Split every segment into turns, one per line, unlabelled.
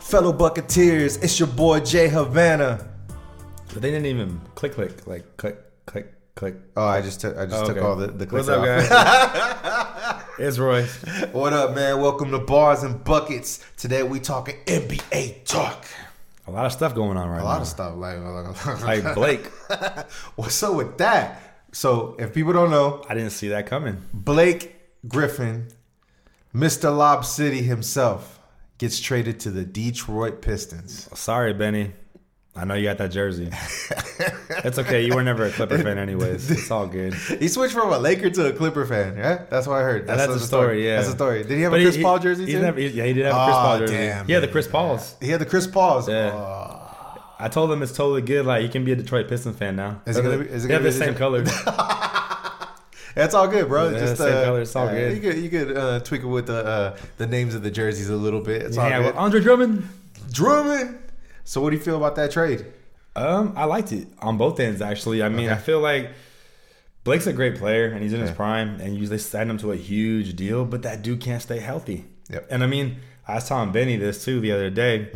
fellow Bucketeers, it's your boy Jay Havana.
But they didn't even click, click, like click, click, click.
Oh, I just took I just
Oh,
took
okay.
all the the
What's
clips
up,
off.
guys? it's Royce.
What up, man? Welcome to Bars and Buckets. Today we talking NBA talk.
A lot of stuff going on right
A lot
now.
of stuff like,
like Blake,
what's up with that? So if people don't know,
I didn't see that coming.
Blake Griffin, Mr. Lob City himself, gets traded to the Detroit Pistons.
Sorry, Benny. I know you got that jersey. it's okay. You were never a Clipper fan, anyways. It's all good.
He switched from a Laker to a Clipper fan, right? That's what I heard.
That's,
the
a story, yeah.
that's a story. Did he have
But
a Chris Paul
he-
jersey
he
too?
did have- he- yeah, he did have a Chris
Oh,
Paul jersey.
damn,
yeah, the
man.
Chris Pauls.
he had the Chris Pauls.
Yeah.
Oh.
I told him it's totally good. Like you can be a Detroit Pistons fan now.
Is it gonna be- is it
they
gonna
have
be
the same
Detroit-
color.
That's all good, bro.
Yeah,
Just
same
uh,
color. It's all
uh,
good.
You could you could uh, tweak it with the uh, the names of the jerseys a little bit. It's
yeah,
all
well, uh,
good.
Andre Drummond.
Drummond. So what do you feel about that trade?
Um, I liked it on both ends actually. I mean, I feel like Blake's a great player and he's in his prime, and you they signed him to a huge deal, but that dude can't stay healthy.
Yep. Mm-hmm.
And I mean, I was telling Benny this too the other day.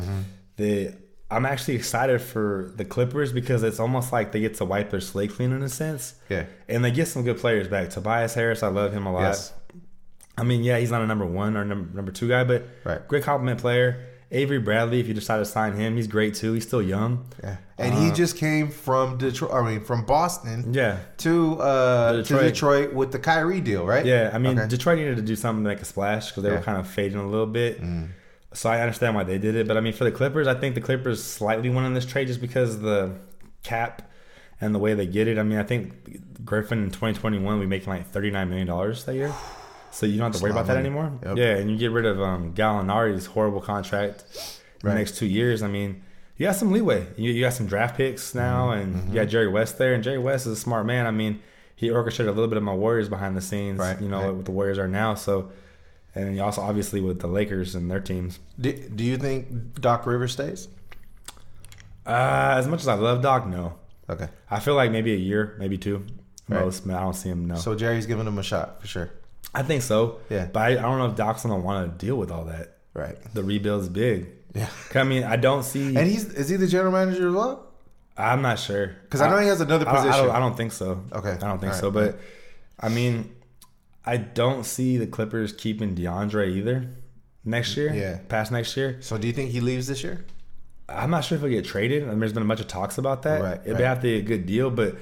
The I'm actually excited for the Clippers because it's almost like they get to wipe their slate clean in a sense.
Yeah.
And they get some good players back. Tobias Harris, I love him a lot.
Yes.
I mean, yeah, he's not a number one or number, number two guy, but
Right.
great compliment player. Avery Bradley, if you decide to sign him, he's great too. He's still young.
Yeah. And he just came from Detroit. I mean, from Boston
Uh, Yeah.
to uh,
Detroit.
to Detroit with the Kyrie deal, right?
Yeah, I mean,
Okay.
Detroit needed to do something to make a splash because they
Yeah. Mm.
were kind of fading a little bit. So I understand why they did it, but I mean, for the Clippers, I think the Clippers slightly won on this trade just because of the cap and the way they get it. I mean, I think Griffin in 2021 we making like 39 million dollars that year, so you don't have to worry
a lot
about that
of money.
anymore.
Yep.
Yeah, and you get rid of um, Gallinari's horrible contract in
Right.
the next two years. I mean. You got some leeway. You, you got some draft picks now,
Mm-hmm.
and you got Jerry West there. And Jerry West is a smart man. I mean, he orchestrated a little bit of my Warriors behind the scenes
Right,
you know,
right.
what the Warriors are now. So, and then you also obviously with the Lakers and their teams.
Do, do you think Doc Rivers stays?
Uh, as much as I love Doc, no.
Okay.
I feel like maybe a year, maybe two.
Right.
Most, but I don't see him. No,
So Jerry's giving him a shot for sure.
I think so.
Yeah.
but I, I don't know if Doc's gonna want to deal with all that.
Right.
The rebuild's big.
Yeah.
'Cause, I mean, I don't see.
And he's is he the general manager as well?
I'm not sure because
I know he has another
I
position.
don't, I don't think so.
Okay.
I don't think
All
so.
right.
But I mean, I don't see the Clippers keeping DeAndre either next year.
Yeah.
past next year.
So do you think he leaves this year?
I'm not sure if he'll get traded. I mean, there's been a bunch of talks about that.
Right,
It'd
right.
have to be a good deal, but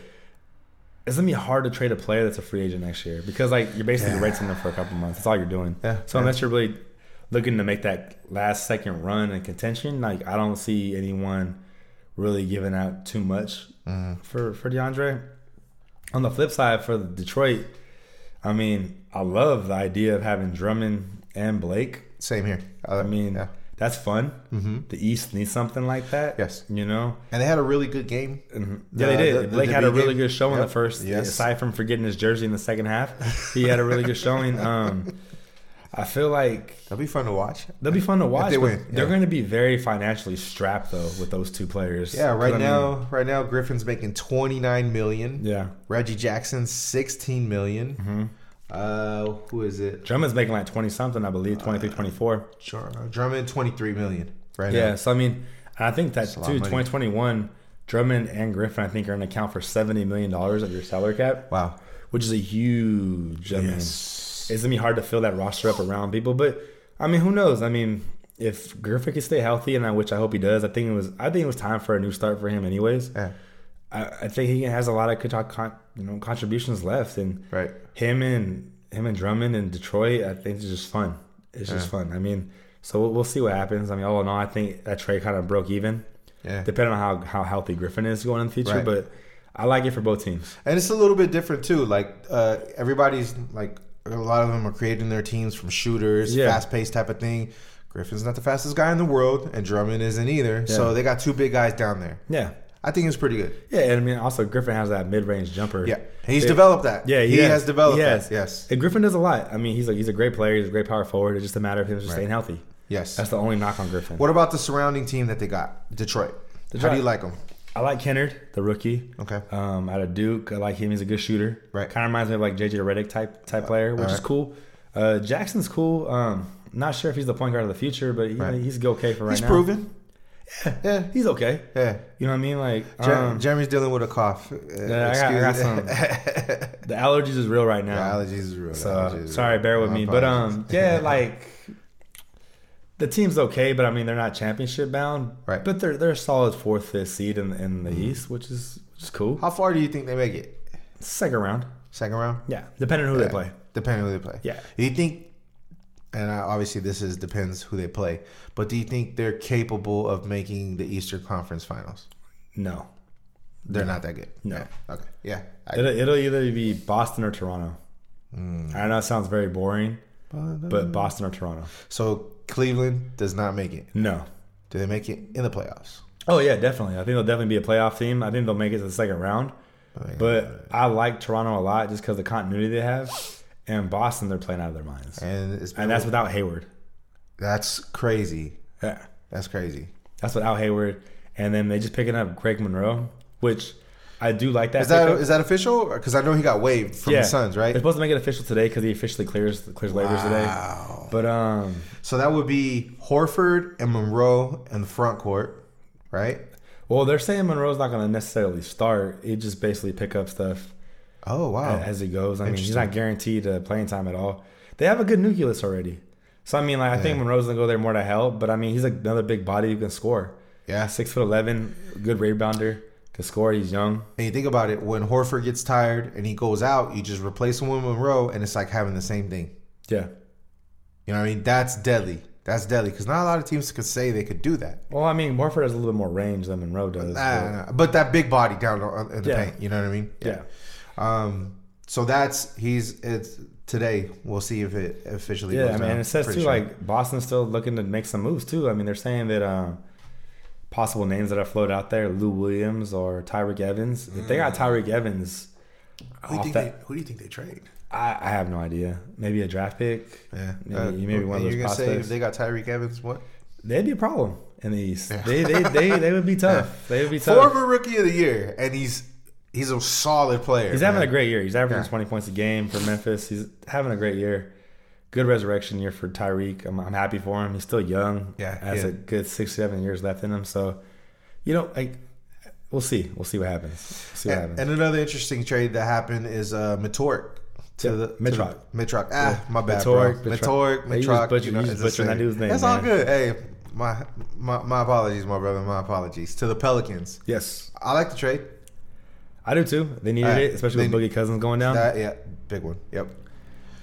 it's gonna be hard to trade a player that's a free agent next year because like you're basically
Yeah.
renting them for a couple months. That's all you're doing.
Yeah,
So unless you're really looking to make that last second run in contention, like I don't see anyone really giving out too much
Mm-hmm.
for for DeAndre. On the flip side, for Detroit, I mean, I love the idea of having Drummond and Blake.
Same here.
I mean,
yeah.
that's fun. The East needs something like that.
Mm-hmm. Yes.
you know.
and they had a really good game.
Mm-hmm. Yeah, they
The-
did.
the- the-
Blake
the
had a
big
really
game.
good show in
Yep.
the first.
Yes.
Aside from forgetting his jersey in the second half, he had a really good showing. Um, I feel like
That'd be fun to watch.
they'll be fun to watch.
they
but
win,
They're
yeah.
going to be very financially strapped though with those two players.
Yeah,
'Cause, I
right
mean,
now, right now Griffin's making twenty nine million.
yeah, Mm-hmm.
Reggie Jackson sixteen million. Uh, who is it?
Drummond's making like twenty something, I
Uh,
believe, 23, 24.
Dr- Drummond twenty three million. Right
Yeah.
now.
So I mean, I think that
a lot
too.
of money.
Twenty twenty one, Drummond and Griffin, I think, are going to account for seventy million dollars of your salary cap.
Wow.
which is a huge. I mean,
Yes.
it's gonna be hard to fill that roster up around people, but I mean, who knows? I mean, if Griffin can stay healthy, and I which I hope he does, I think it was I think it was time for a new start for him, anyways.
Yeah.
I, I think he has a lot of con- con- you know contributions left, and
Right.
him and him and Drummond in Detroit, I think it's just fun. It's just fun. I mean, so we'll, we'll see what happens. I mean, all in all, I think that trade kind of broke even,
Yeah.
depending on how how healthy Griffin is going in the future,
Right.
but. I like it for both teams.
And it's a little bit different too. Like uh, everybody's like a lot of them are creating their teams from shooters,
Yeah.
fast paced type of thing. Griffin's not the fastest guy in the world, and Drummond isn't either. So they got two big guys down there.
Yeah.
I think it's pretty good.
Yeah, and I mean, also Griffin has that mid-range jumper.
Yeah, he's
It-
developed that.
Yeah,
he, has developed that. Yes,
And Griffin does a lot. I mean, he's a, he's a great player. He's a great power forward. It's just a matter of him just staying healthy.
yes.
That's the only knock on Griffin.
what about the surrounding team that they got? Detroit. How
Detroit.
do you like them?
I like Kennard, the rookie.
Okay.
Um, out of Duke, I like him. He's a good shooter.
Right. Uh,
Kind of reminds me of like JJ Redick type type player, which is
right.
cool. Uh, Jackson's cool. Um, Not sure if he's the point guard of the future, but you know,
Right.
he's okay for right
He's
now.
proven. Yeah.
He's okay.
Yeah.
You know what I mean? Like
Jer-
um,
Jeremy's dealing with a cough. Uh,
I got- I got
excuse-
some. the allergies is real right
The
now.
allergies is real. the
So
allergies is
uh, sorry,
real.
bear with
My
me. But
apologies.
um, yeah, like the team's okay, but I mean they're not championship bound.
Right. Mm-hmm.
But they're they're a solid fourth, fifth seed in in the East, which is which is cool.
how far do you think they make it?
Second round.
Second round.
Yeah, depending on who they play.
Depending who they play.
Yeah.
Do you think? And I, obviously, this is depends who they play. But do you think they're capable of making the Eastern Conference Finals?
No,
They're not that good.
No.
Yeah. Okay. Yeah. I,
it'll, it'll either be Boston or Toronto.
Mm.
I know it sounds very boring, but Boston or Toronto.
so Cleveland does not make it.
No.
Do they make it in the playoffs?
Oh yeah, definitely. I think they'll definitely be a playoff team. I think they'll make it to the second round.
I mean,
But I like Toronto a lot just because the continuity they have, and Boston they're playing out of their minds,
and it's been,
and that's without Hayward.
that's crazy.
Yeah.
That's crazy.
That's without Hayward, and then they just picking up Greg Monroe, which I do like that.
Is that
pickup.
is that official? Because I know he got waived from the Suns, right?
They're supposed to make it official today because he officially clears clears waivers today. But um,
So that would be Horford and Monroe in the front court, right?
well, they're saying Monroe's not going to necessarily start. He just basically pick up stuff
Oh wow,
as it goes. I mean, he's not guaranteed uh, playing time at all. They have a good nucleus already, so I mean, like I think Monroe's going to go there more to help. But I mean, he's another big body who can score.
yeah.
Six foot eleven, good rebounder, can score. He's young.
And you think about it, when Horford gets tired and he goes out, you just replace him with Monroe, and it's like having the same thing.
Yeah.
You know what I mean? That's deadly. That's deadly because not a lot of teams could say they could do that.
Well, I mean, Warford has a little bit more range than Monroe does. but-
Nah, nah. But that big body down on- in the
Yeah.
paint, you know what I mean?
Yeah.
Um. So that's he's it's today. We'll see if it officially.
Yeah,
goes
I mean,
down.
and it says
Pretty
too,
sure.
like Boston's still looking to make some moves too. I mean, they're saying that um, possible names that are floated out there, Lou Williams or Tyreek Evans. If they got
Mm.
Tyreek Evans,
who do you
off
think
that,
they- who do you think they trade?
I, I have no idea. Maybe a draft pick.
Yeah,
maybe,
Uh,
maybe one
and
of those
You're gonna say if
prospects.
they got Tyreek Evans, what?
They, would be a problem in the East. They, they, they, they would be tough. They would be tough.
Former rookie of the year, and he's he's a solid player.
He's
man.
having a great year. He's averaging 20 points a game for Memphis. He's having a great year. Good resurrection year for Tyreek. I'm, I'm happy for him. He's still young.
Yeah,
Has
yeah.
a good six, seven years left in him. So, you know, like, we'll see. We'll see what happens. We'll see what
And,
happens.
and another interesting trade that happened is uh, Matork to
Yeah,
the
Mitrock.
to the- Mitrock. Ah, my bad,
Mitrock,
bro. Matork,
Mitrock. Yeah,
Matork.
you just butchered- you just
it's the
butchered that
same.
dude's name,
That's all
man.
good. Hey, my, my my apologies, my brother. My apologies to the Pelicans.
Yes.
I like the trade.
I do too. They needed
Alright,
it, especially
they-
with Boogie Cousins going down.
That, yeah, big one. Yep.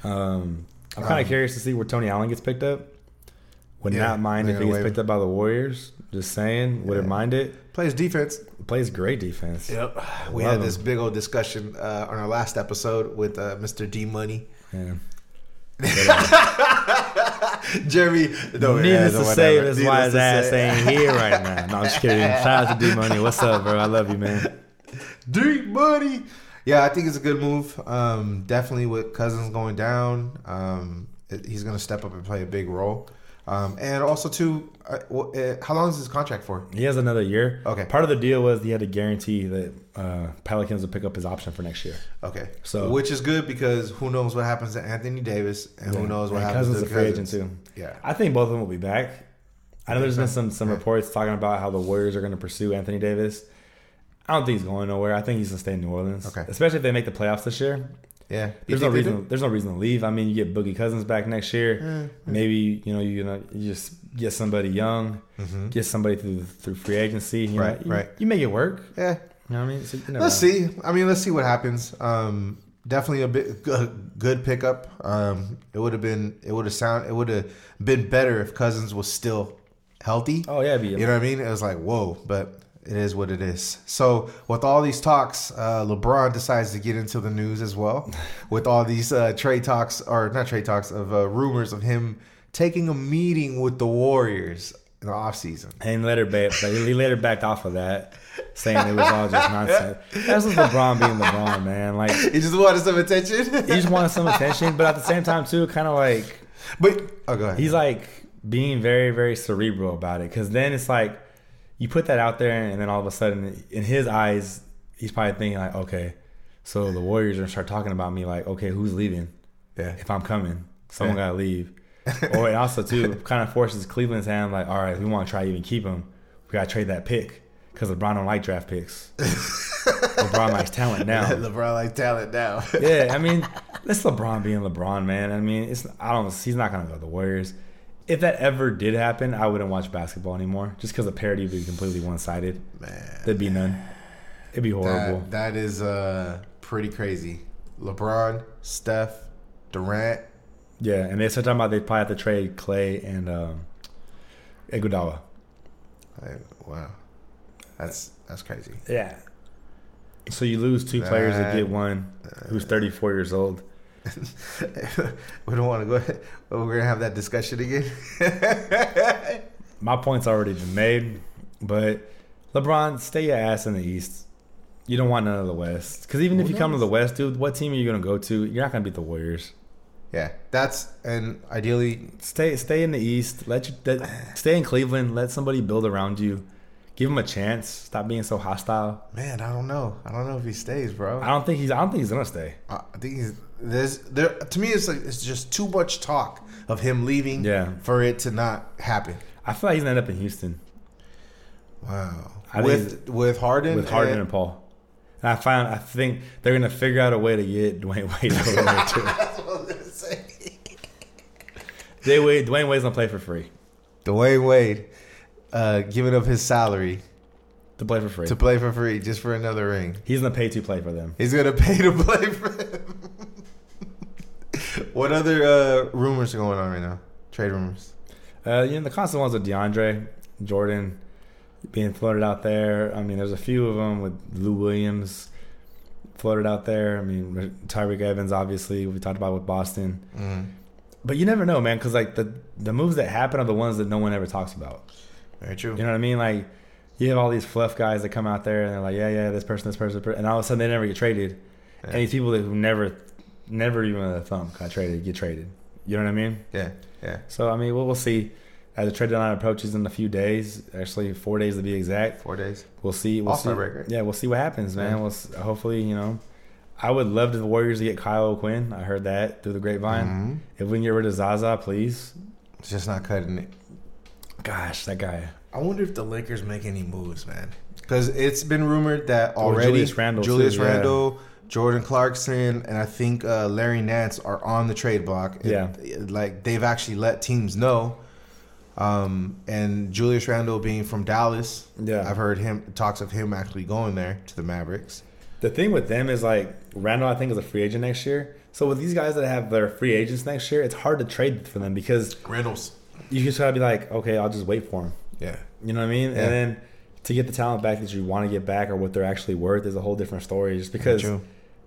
um, I'm kind of curious to see where Tony Allen gets picked up. Would
Yeah,
not mind
they're
if he
gonna
gets
waive
picked up by the Warriors. Just saying. Wouldn't mind it.
Plays defense.
Plays great defense.
Yep. We
Love
had this big old discussion uh, on our last episode with uh, Mr. D Money.
Yeah.
Jeremy, no,
Needless
yeah,
to
whatever.
say, that's
Needless
why his
to
ass
say.
ain't here right now. No, I'm just kidding. Shout out to D Money. What's up, bro? I love you, man.
D Money. Yeah, I think it's a good move. Um, definitely with Cousins going down, um, it- he's going to step up and play a big role. Um, and also, too, uh, well, uh, how long is his contract for?
He has another year.
Okay.
Part of the deal was he had to guarantee that uh, Pelicans would pick up his option for next year.
Okay,
So-
which is good because who knows what happens to Anthony Davis and who knows what
And
happens
Cousins
to
a free agent
Cousins.
too.
Yeah,
I think both of them will be back. I know there's been some some reports talking about how the Warriors are going to pursue Anthony Davis. I don't think he's going nowhere. I think he's going to stay in New Orleans.
Okay.
Especially if they make the playoffs this year.
yeah. You
There's no
think they do?
reason. There's no reason to leave. I mean, you get Boogie Cousins back next year. Maybe you know you know you just get somebody young, get somebody through through free agency. You know,
Mm-hmm. Right,
you,
right.
You make it work.
Yeah,
You know what I mean? So, you never
Let's
know.
see. I mean, let's see what happens. Um, definitely a bit g- good pickup. Um, it would have been it would have sound it would have been better if Cousins was still healthy.
Oh yeah, it'd be
You know what I mean? It was like whoa, but it is what it is. So with all these talks, uh, LeBron decides to get into the news as well. with all these uh, trade talks or not trade talks of uh, rumors of him taking a meeting with the Warriors in the offseason.
And later, ba- but he later backed off of that, saying it was all just nonsense. That's just LeBron being LeBron, man. Like he
He just wanted some attention.
just wanted some attention, but at the same time too, kind of like
but oh, go ahead.
he's like being very very cerebral about it because then it's like you put that out there and then all of a sudden in his eyes he's probably thinking like okay so the warriors are gonna start talking about me like okay who's leaving
yeah.
if i'm coming someone
Yeah.
gotta leave or and also too kind of forces Cleveland's hand like, all right, we want to try to even keep him. We gotta trade that pick because LeBron don't like draft picks. LeBron likes talent now.
LeBron like talent now.
Yeah, I mean, that's LeBron being LeBron, man. I mean, it's I don't. He's not gonna go to the Warriors. If that ever did happen, I wouldn't watch basketball anymore just because the parody would be completely one sided.
Man,
There'd be none. It'd be horrible.
that, that is uh pretty crazy. LeBron, Steph, Durant.
Yeah, and they said talking about they probably have to trade Clay and um, Iguodala.
Like, wow, that's that's crazy.
Yeah. So you lose two players and get one who's 34 years old.
we don't want to go. We're gonna have that discussion again.
My point's already been made, but LeBron, stay your ass in the East. You don't want none of the West. Because even if
Who
you come to
knows?
the West, dude, what team are you going to go to? You're not going to beat the Warriors.
yeah, that's and ideally,
Stay stay in the East. Let you let, Stay in Cleveland. Let somebody build around you. Give him a chance. Stop being so hostile.
man, I don't know. I don't know if he stays, bro.
I don't think he's. I don't think he's gonna stay.
I think he's, there's there to me. It's like it's just too much talk of him leaving.
Yeah.
for it to not happen.
I feel like he's gonna end up in Houston.
Wow.
I
with with Harden.
with Harden
and-
and Paul. And I find I think they're gonna figure out a way to get Dwayne Wade over there too.
That's what I was gonna say.
They wait, Dwayne Wade's gonna play for free.
Dwayne Wade uh, giving up his salary
To play for free.
to play for free just for another ring.
He's gonna pay to play for them.
He's gonna pay to play for him. what other uh, rumors are going on right now? Trade rumors.
Uh, you know the constant ones with DeAndre Jordan being floated out there. I mean, there's a few of them with Lou Williams floated out there. I mean, Tyreek Evans obviously we talked about with Boston.
Mm.
But you never know, man, because like the the moves that happen are the ones that no one ever talks about.
Very true.
You know what I mean? Like you have all these fluff guys that come out there and they're like, yeah, yeah, this person, this person, this person. and all of a sudden they never get traded. And
Yeah.
these people that who never, never even a thumb got traded get traded. You know what I mean?
Yeah, yeah.
So I mean, we'll, we'll see as the trade deadline approaches in a few days, actually four days to be exact.
Four days.
We'll see. We'll
All-star
see.
break, right?
Yeah, we'll see what happens, man.
Yeah.
We'll s hopefully, you know, I would love the Warriors to get Kyle Quinn. I heard that through the grapevine.
Mhm.
If we can get rid of Zaza, please.
It's just not cutting it.
Gosh, that guy.
I wonder if the Lakers make any moves, man. Because it's been rumored that
Or
already
Julius Randle,
Julius
too, yeah.
Randle, Jordan Clarkson, and I think uh, Larry Nance are on the trade block. It-
Yeah.
it- like they've actually let teams know. Um, and Julius Randle being from Dallas,
Yeah.
I've heard him talks of him actually going there to the Mavericks.
The thing with them is like Randall, I think, is a free agent next year. So with these guys that have their free agents next year, it's hard to trade for them because
Reynolds,
you just gotta be like, okay, I'll just wait for him.
yeah,
You know what I mean?
Yeah.
And then to get the talent back that you want to get back or what they're actually worth is a whole different story, just because
True.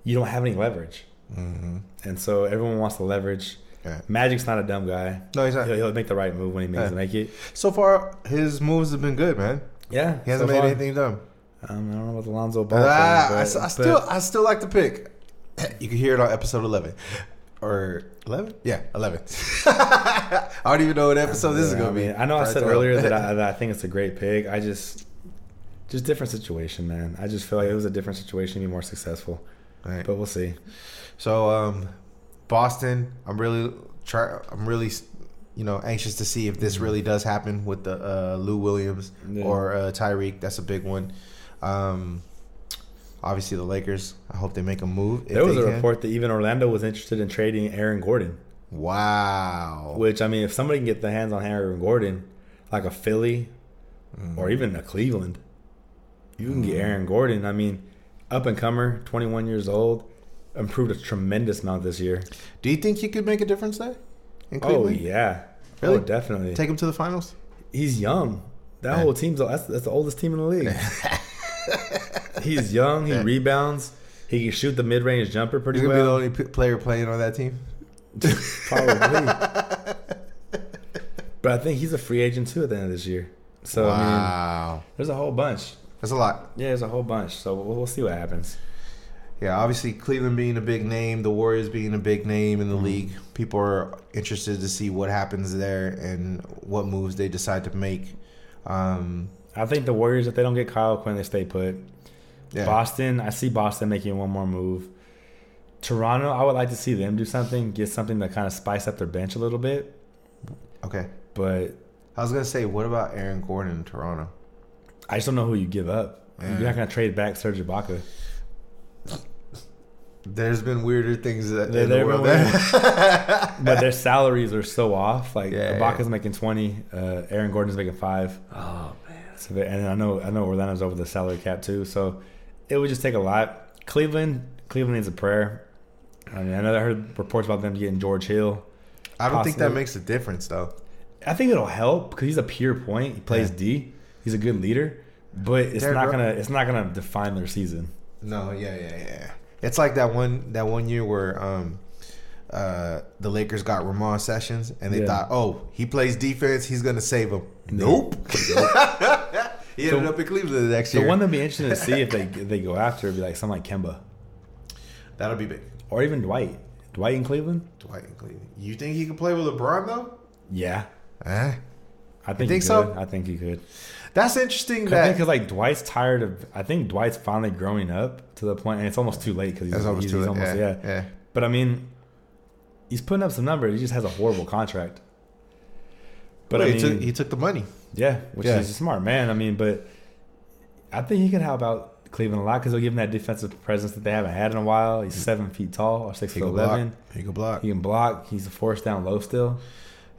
you don't have any leverage.
hmm
And so everyone wants the leverage.
Yeah.
Magic's not a dumb guy.
No, he's not.
He'll, he'll make the right move when he needs
Yeah.
to make it.
So far, his moves have been good, man.
Yeah,
He hasn't
so
made
far.
anything dumb.
Um, I don't know about the Lonzo Ball.
Ah,
thing,
I,
but-
s- I
but-
still, I still like the pick. You can hear it on episode eleven, or eleven? Yeah, eleven. I don't even know what episode this is
Yeah,
gonna
I
be.
mean, I know I
Probably
said
12.
earlier that I, that I think it's a great pick. I just, just different situation, man. I just feel like it was a different situation to be more successful.
All right.
But we'll see.
So, um, Boston, I'm really try. I'm really, you know, anxious to see if this really does happen with the uh, Lou Williams
Mm-hmm. Yeah.
or uh, Tyreek. That's a big one. Um, obviously, the Lakers. I hope they make a move. if
there was
they
a
can.
report that even Orlando was interested in trading Aaron Gordon.
Wow.
Which I mean, if somebody can get their hands on Aaron Gordon, like a Philly,
Mm-hmm.
or even a Cleveland, you can get Aaron Gordon. I mean, up and comer, 21 years old, improved a tremendous amount this year.
Do you think he could make a difference there? In
Oh
Cleveland?
yeah,
Really?
oh definitely.
Take him to the finals.
He's young. That whole team's that's, that's the oldest team in the league. He's young. He rebounds. He can shoot the mid range jumper pretty
He's gonna be the
well.
only p- player playing on that team.
Probably. but I think he's a free agent too at the end of this year. So I mean,
wow,
there's a whole bunch.
that's a lot.
Yeah, there's a whole bunch. So we'll, we'll see what happens.
Yeah, obviously Cleveland being a big name, the Warriors being a big name in the league. People are interested to see what happens there and what moves they decide to make. Um,
I think the Warriors, if they don't get Kyle Quinn, they stay put.
yeah,
Boston, I see Boston making one more move. Toronto, I would like to see them do something, get something to kind of spice up their bench a little bit.
Okay.
But
I was gonna say, what about Aaron Gordon in Toronto?
I just don't know who you give up.
Yeah.
You're not gonna trade back Serge Ibaka.
There's been weirder things that
There-
in the
there
world.
but their salaries are so off. Like
Yeah,
Ibaka's
yeah.
making twenty, uh, Aaron Gordon's making five.
oh man.
So they, and I know I know Orlando's over the salary cap too. So it would just take a lot. Cleveland, Cleveland needs a prayer. I mean, I know I heard reports about them getting George Hill.
I don't think that
Possibly.
makes a difference though.
I think it'll help because he's a pure point. He plays
Yeah.
D. He's a good leader, but it's
Derrick
not
Ro-
gonna it's not gonna define their season.
No, yeah, yeah, yeah. It's like that one that one year where um uh the Lakers got Ramon Sessions and they
Yeah.
thought, oh, he plays defense, he's gonna save him. Nope. he ended
So-
up in Cleveland the next
The
year.
one that'd be interesting to see if they if they go after would be like someone like Kemba
That'll be big.
or even Dwight. Dwight in Cleveland.
Dwight in Cleveland. You think he can play with LeBron though?
Yeah,
Eh?
I
think
think, he
so?
could. I think he could.
That's interesting
I think
that
because like Dwight's tired of. I think Dwight's finally growing up to the point, and it's almost too late because he's,
It's almost
he's,
too
he's
late,
almost
yeah,
yeah,
yeah.
But I mean, he's putting up some numbers. He just has a horrible contract. But
Wait,
I
he,
mean,
took, he took the money.
yeah, which
Yeah.
is a smart man. I mean, but I think he can help out Cleveland a lot because he'll give him that defensive presence that they haven't had in a while. He's seven feet tall or six
Hmm. He
foot
can block.
eleven.
He can block.
He can block. He's a force down low still.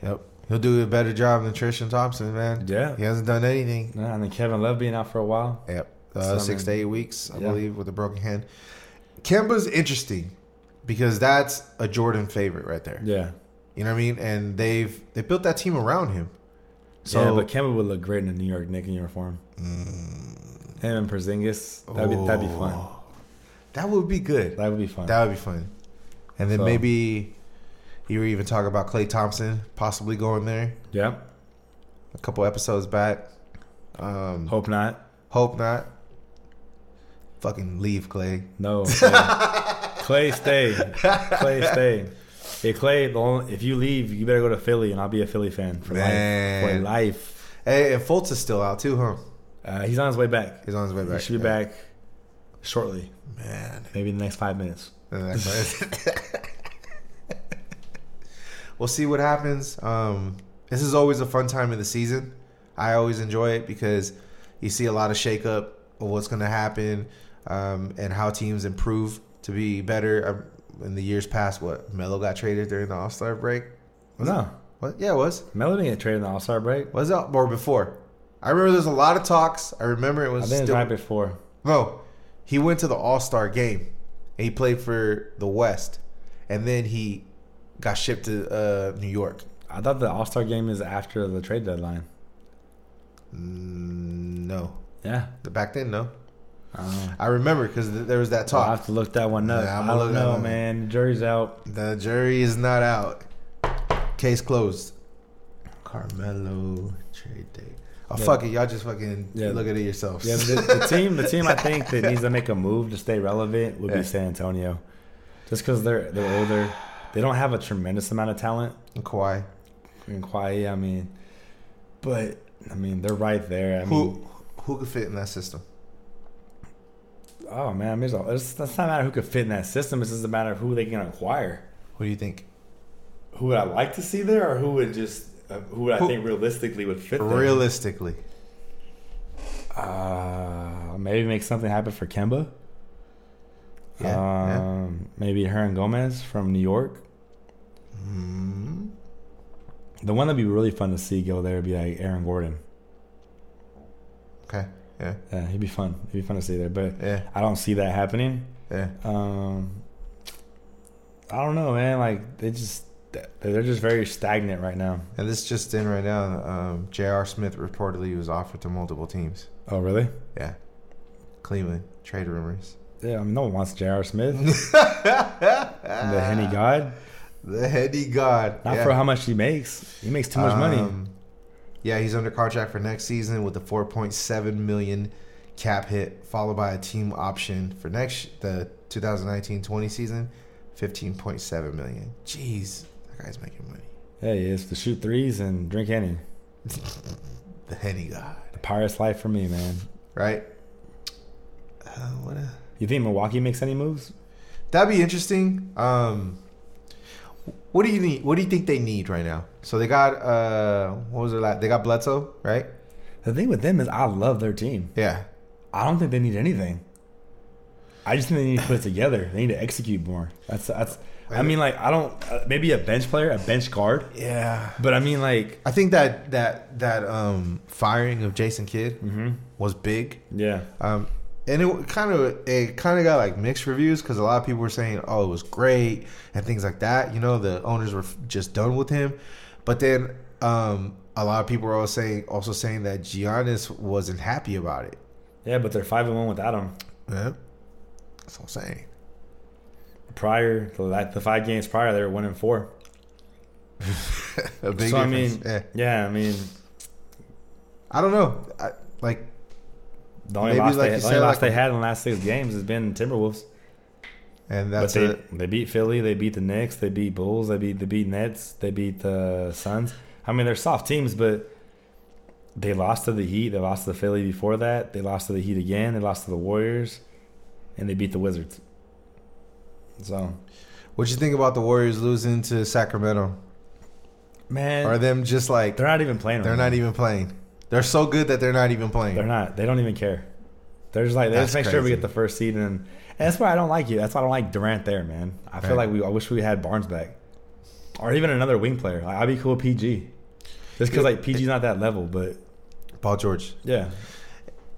Yep. He'll do a better job than Tristan Thompson, man.
Yeah.
He hasn't done anything.
Nah, and then Kevin Love being out for a while.
Yep.
So,
Uh,
I
six
mean,
to eight weeks, I
yeah.
believe, with a broken hand. Kemba's interesting because that's a Jordan favorite right there.
Yeah.
You know what I mean? And they've they built that team around him. So
yeah, but Kemba would look great in a New York Knicks uniform. Him and Porzingis, that'd be, that'd be fun.
Mm. Oh. That would be good.
That would be fun.
That would be fun. And then
So-
maybe you were even talking about Clay Thompson possibly going there
yeah,
a couple episodes back. Um,
hope not.
Hope not. Fucking leave, Clay.
No, Clay, Clay stay, Clay stay. Hey Clay, the only, if you leave, you better go to Philly, and I'll be a Philly fan for life. For
Man.
life.
Hey, and Fultz is still out too, huh?
Uh, he's on his way back.
He's on his way back.
He should be
Yeah.
back shortly,
Man.
maybe in the next five minutes.
And then that- we'll see what happens. Um, this is always a fun time of the season. I always enjoy it because you see a lot of shakeup of what's going to happen um, and how teams improve to be better. Um, in the years past, what Melo got traded during the All Star break? Was it-
no,
What? Yeah, it was.
Melo didn't get traded in the All Star break.
Was that or before? I remember there's a lot of talks. I remember it
I
was
think it was
still
right before.
no. He went to the All Star game. And he played for the West, and then he got shipped to uh, New York.
I thought the All Star game is after the trade deadline.
Mm, no,
Yeah.
back then no.
I don't know.
I remember because th- there was that
I'll
talk.
have to look that one up.
Yeah,
i
I'ma look
don't
that
know,
one up.
man. The jury's out.
The jury is not out. Case closed. Carmelo trade day. Oh
Yeah.
fuck it, y'all just fucking
Yeah.
look at it yourselves.
Yeah, the, the team, the team, I think that needs to make a move to stay relevant would
Yeah.
be San Antonio, just because they're they're older. They don't have a tremendous amount of talent
And Kawhi.
in Kawhi. I mean, but I mean they're right there. I mean,
Who who could fit in that system?
oh man, I mean, it's, all- it's, it's not a matter of who could fit in that system. It's just a matter of who they can acquire.
What do you think?
Who would I like to see there, or who would just uh, who would I
Who-
think realistically would fit? there?
Realistically.
Uh, maybe make something happen for Kemba.
Yeah, yeah.
um, Maybe Hernan Gomez from New York.
Mm,
The one that'd be really fun to see go there would be like Aaron Gordon.
okay. Yeah.
Yeah, he'd be fun. He'd be fun to see there, but
Yeah.
I don't see that happening.
Yeah.
Um, I don't know, man. Like they just they're just very stagnant right now.
And this just in right now, um, J.R. Smith reportedly was offered to multiple teams.
Oh, really?
Yeah. Cleveland, trade rumors.
Yeah, I mean, no one wants J.R. Smith, the Henny God.
The Henny God.
Not
yeah.
for how much he makes. He makes too much money.
Um, Yeah, he's under contract for next season with a 4.7 million cap hit, followed by a team option for next the 2019-20 season, 15.7 million. Jeez, that guy's making money.
Yeah, he is to shoot threes and drink Henny.
The Henny God,
The pirate's life for me, man.
right? Uh, what a
You think Milwaukee makes any moves?
That'd be interesting. Um, What do you need? What do you think they need right now? So they got uh, what was it like? They got Bledsoe, right?
The thing with them is, I love their team.
Yeah,
I don't think they need anything. I just think they need to put it together. They need to execute more. That's that's. I mean, like I don't uh, maybe a bench player, a bench guard,
yeah.
but I mean like
I think that that that um firing of Jason Kidd was big.
yeah,
Um, and it kind of it kind of got like mixed reviews because a lot of people were saying, "Oh, it was great" and things like that. You know, the owners were f- just done with him, but then um, a lot of people were also saying also saying that Giannis wasn't happy about it.
yeah. But they're five and one without him.
Yeah, that's what I'm saying.
Prior the la- the five games prior, they were one and four.
A big
so I
difference.
mean,
yeah.
yeah. I mean
I don't know. I, like,
the only
Maybe
loss,
like
they,
you
the only
said,
loss
like-
they had in the last six games has been Timberwolves.
and
But
that's
they,
it.
they beat Philly, they beat the Knicks, they beat Bulls, they beat they beat Nets, they beat the Suns. I mean, they're soft teams, but they lost to the Heat, they lost to the Philly before that, they lost to the Heat again, they lost to the Warriors, and they beat the Wizards. So,
What you think about the Warriors losing to Sacramento?
man,
Are
they,
them just like
are not even playing.
they're
right
not
now.
even playing? They're so good that they're not even playing.
They're not. They don't even care. They're just like they
That's
just make sure we
crazy.
get the first seed, and, and that's why I don't like you. That's why I don't like Durant there, man. I feel
Right.
like we. I wish we had Barnes back, or even another wing player. Like, I'd be cool with PG, just because like PG's not that level. But
Paul George.
yeah,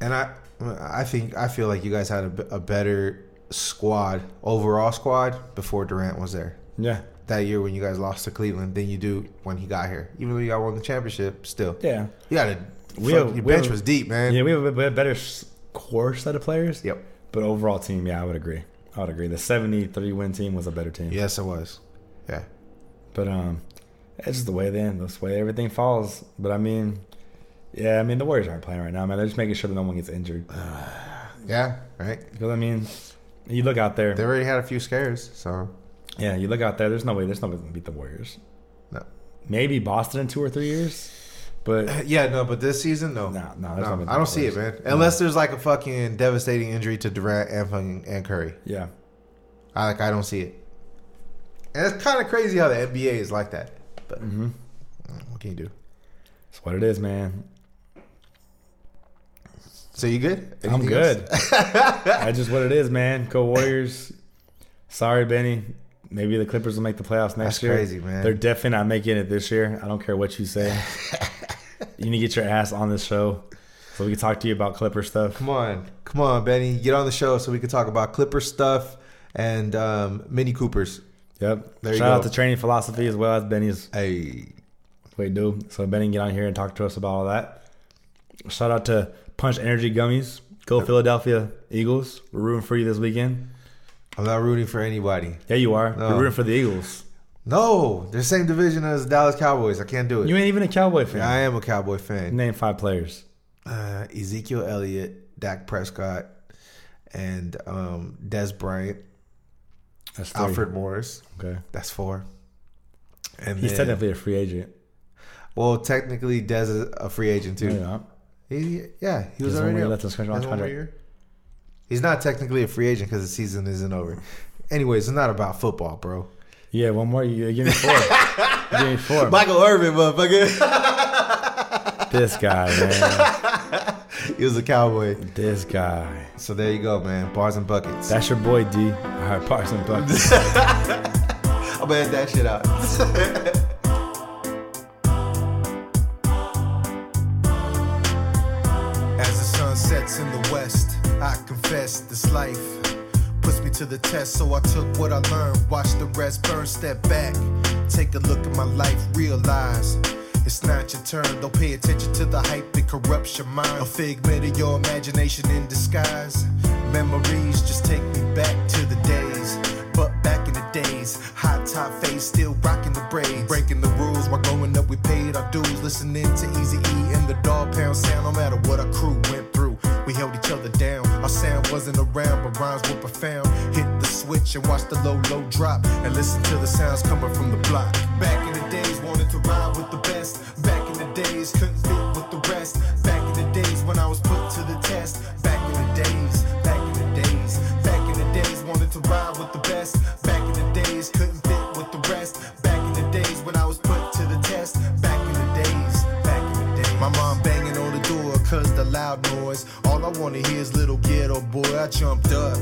And I, I think I feel like you guys had a, b- a better squad overall squad before Durant was there
yeah,
that year when you guys lost to Cleveland than you do when he got here. Even though you got won the championship, still
yeah,
you got a
We
fuck,
have-
your
we
bench
have-
was deep, man.
yeah. We have a bit better s- core set of players,
Yep.
but overall team, yeah, I would agree. I would agree. The seventy-three win team was a better team.
Yes, it was. Yeah.
But um, it's just the way they end. That's the way everything falls. But I mean, yeah, I mean the Warriors aren't playing right now, man. They're just making sure that no one gets injured.
Yeah. Right.
Because I mean, you look out there.
They already had a few scares, so
yeah, you look out there. There's no way. There's no way we can beat the Warriors.
No.
Maybe Boston in two or three years, but
yeah, no. But this season, no,
no, no,
No,
there's no way
I don't
the
see it,
Warriors-
man. Unless there's like a fucking devastating injury to Durant and fucking and Curry.
Yeah,
I like I don't see it. And it's kind of crazy how the NBA is like that. But
hmm
what can you do?
that's what it is, man.
So you good?
I'm
Anything
good.
else?
That's just what it is, man. Go Warriors. Sorry, Benny. Maybe the Clippers will make the playoffs next
That's
year.
crazy, man.
They're definitely not making it this year. I don't care what you say. you need to get your ass on this show so we can talk to you about Clipper stuff.
Come on, come on, Benny, get on the show so we can talk about Clipper stuff and um, Mini Coopers.
Yep.
There you
Shout out
go.
to Training Philosophy as well as Benny's
Hey,
Wait, dude. So Benny, get on here and talk to us about all that. Shout out to Punch Energy Gummies. Go Philadelphia Eagles. We're rooting for you this weekend.
I'm not rooting for anybody.
Yeah, you are.
No.
We're rooting for the Eagles.
No, they're same division as Dallas Cowboys. I can't do it.
You ain't even a Cowboy fan.
I am a Cowboy fan.
Name five players.
uh, Ezekiel Elliott, Dak Prescott, and um, Des Bryant,
That's three.
Alfred Morris.
Okay.
That's four. And
He's
then,
technically a free agent.
well, technically, Des is a free agent
No,
too.
you're not.
He, yeah, he was
He's
already
only
up.
left on special
That's one more
contract.
year. He's not technically a free agent because the season isn't over. Anyways, it's not about football, bro.
Yeah, one more. You you give me four. You give me four.
Michael Irvin, motherfucker.
This guy, man.
he was a cowboy.
This guy.
So there you go, man. Bars and buckets.
That's your boy D. All right, Parson Bucks.
I'm gonna edit that shit out. As the sun sets in the west, I confess this life puts me to the test. So I took what I learned, watched the rest burn, step back, take a look at my life, realize. It's not your turn, don't pay attention to the hype, it corrupts your mind. A figment of your imagination in disguise. Memories just take me back to the days. But back in the days, hot top face, still rocking the braids. Breaking the rules while growing up, we paid our dues. Listening to Easy E and the dog pound sound, no matter what our crew went through. We held each other down. Our sound wasn't around, but rhymes were profound. Hit the switch and watch the low, low drop. And listen to the sounds coming from the block. Back in the days, wanted to ride with the best. Back in the days, couldn't fit with the rest. Back in the days, when I was put to the test. Back in the days, back in the days. Back in the days, wanted to ride with the best. Back in the days, couldn't fit with the rest. Back
noise. All I wanna hear is little ghetto boy. I jumped up,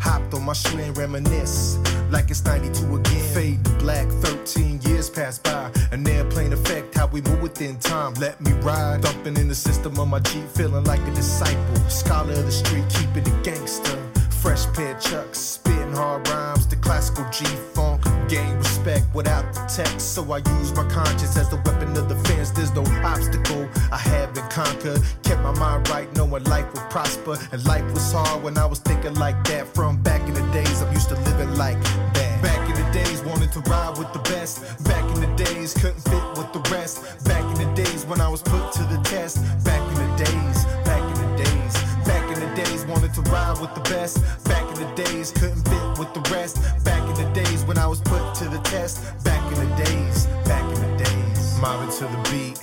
hopped on my shoe and reminisce like it's 92 again. Fade to black, 13 years pass by. An airplane effect, how we move within time. Let me ride, thumping in the system of my Jeep, feeling like a disciple. Scholar of the street, keeping it gangster. Fresh pair chucks, spitting hard rhymes, the classical G funk. Gain respect without the text, so I use my conscience as the weapon of defense. There's no obstacle I haven't conquered. Kept my mind right, knowing life would prosper. And life was hard when I was thinking like that. From back in the days, I'm used to living like that. Back in the days, wanted to ride with the best. Back in the days, couldn't fit with the rest. Back in the days, when I was put to the test. Back in the days, back in the days. Back in the days, wanted to ride with the best. Back in the days, couldn't fit with the rest. Back in the days, when I was put to the test. Back in the days, back in the days. Mobbing to the beat,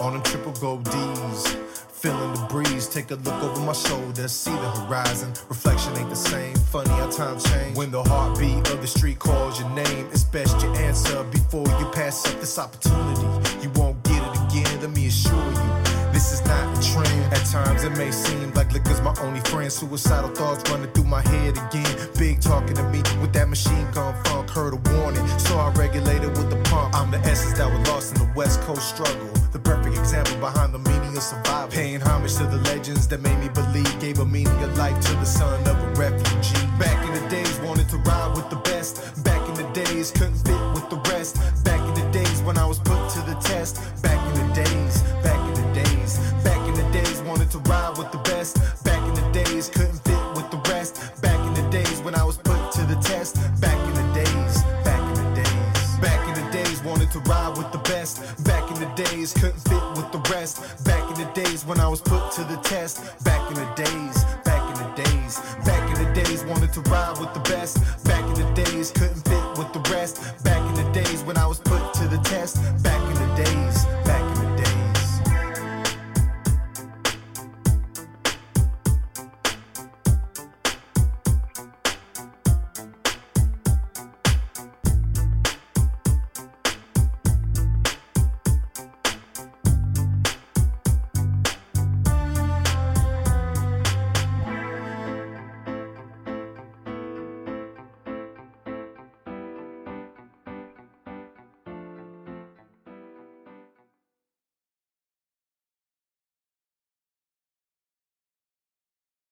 on them triple gold D's. Feeling the breeze, take a look over my shoulder, see the horizon. Reflection ain't the same, funny how time change. When the heartbeat of the street calls your name, it's best you answer before you pass up this opportunity. You won't get it again, let me assure you. This is not a trend. At times it may seem like liquor's my only friend. Suicidal thoughts running through my head again. Big talking to me with that machine gun funk. Heard a warning, so I regulated with the pump. I'm the essence that was lost in the West Coast struggle. The perfect example behind the meaning of survival. Paying homage to the legends that made me believe. Gave a meaning of life to the son of a refugee. Back in the days, wanted to ride with the best. Back in the days, couldn't fit with the rest. Back in the days when I was put to the test. Back in the days, back in the days. Back in the days, wanted to ride with the best. Back in the days, couldn't fit with the rest. Back in the days when I was put to the test. Back in the days, back in the days. Back in the days, wanted to ride with the best. Back in the days, couldn't fit with the rest. Back in the days when I was put to the test. Back in the days, back in the days. Back in the days, wanted to ride with the best. Back in the days, couldn't fit with the rest. Back in the days when I was put to the test. Back in the days.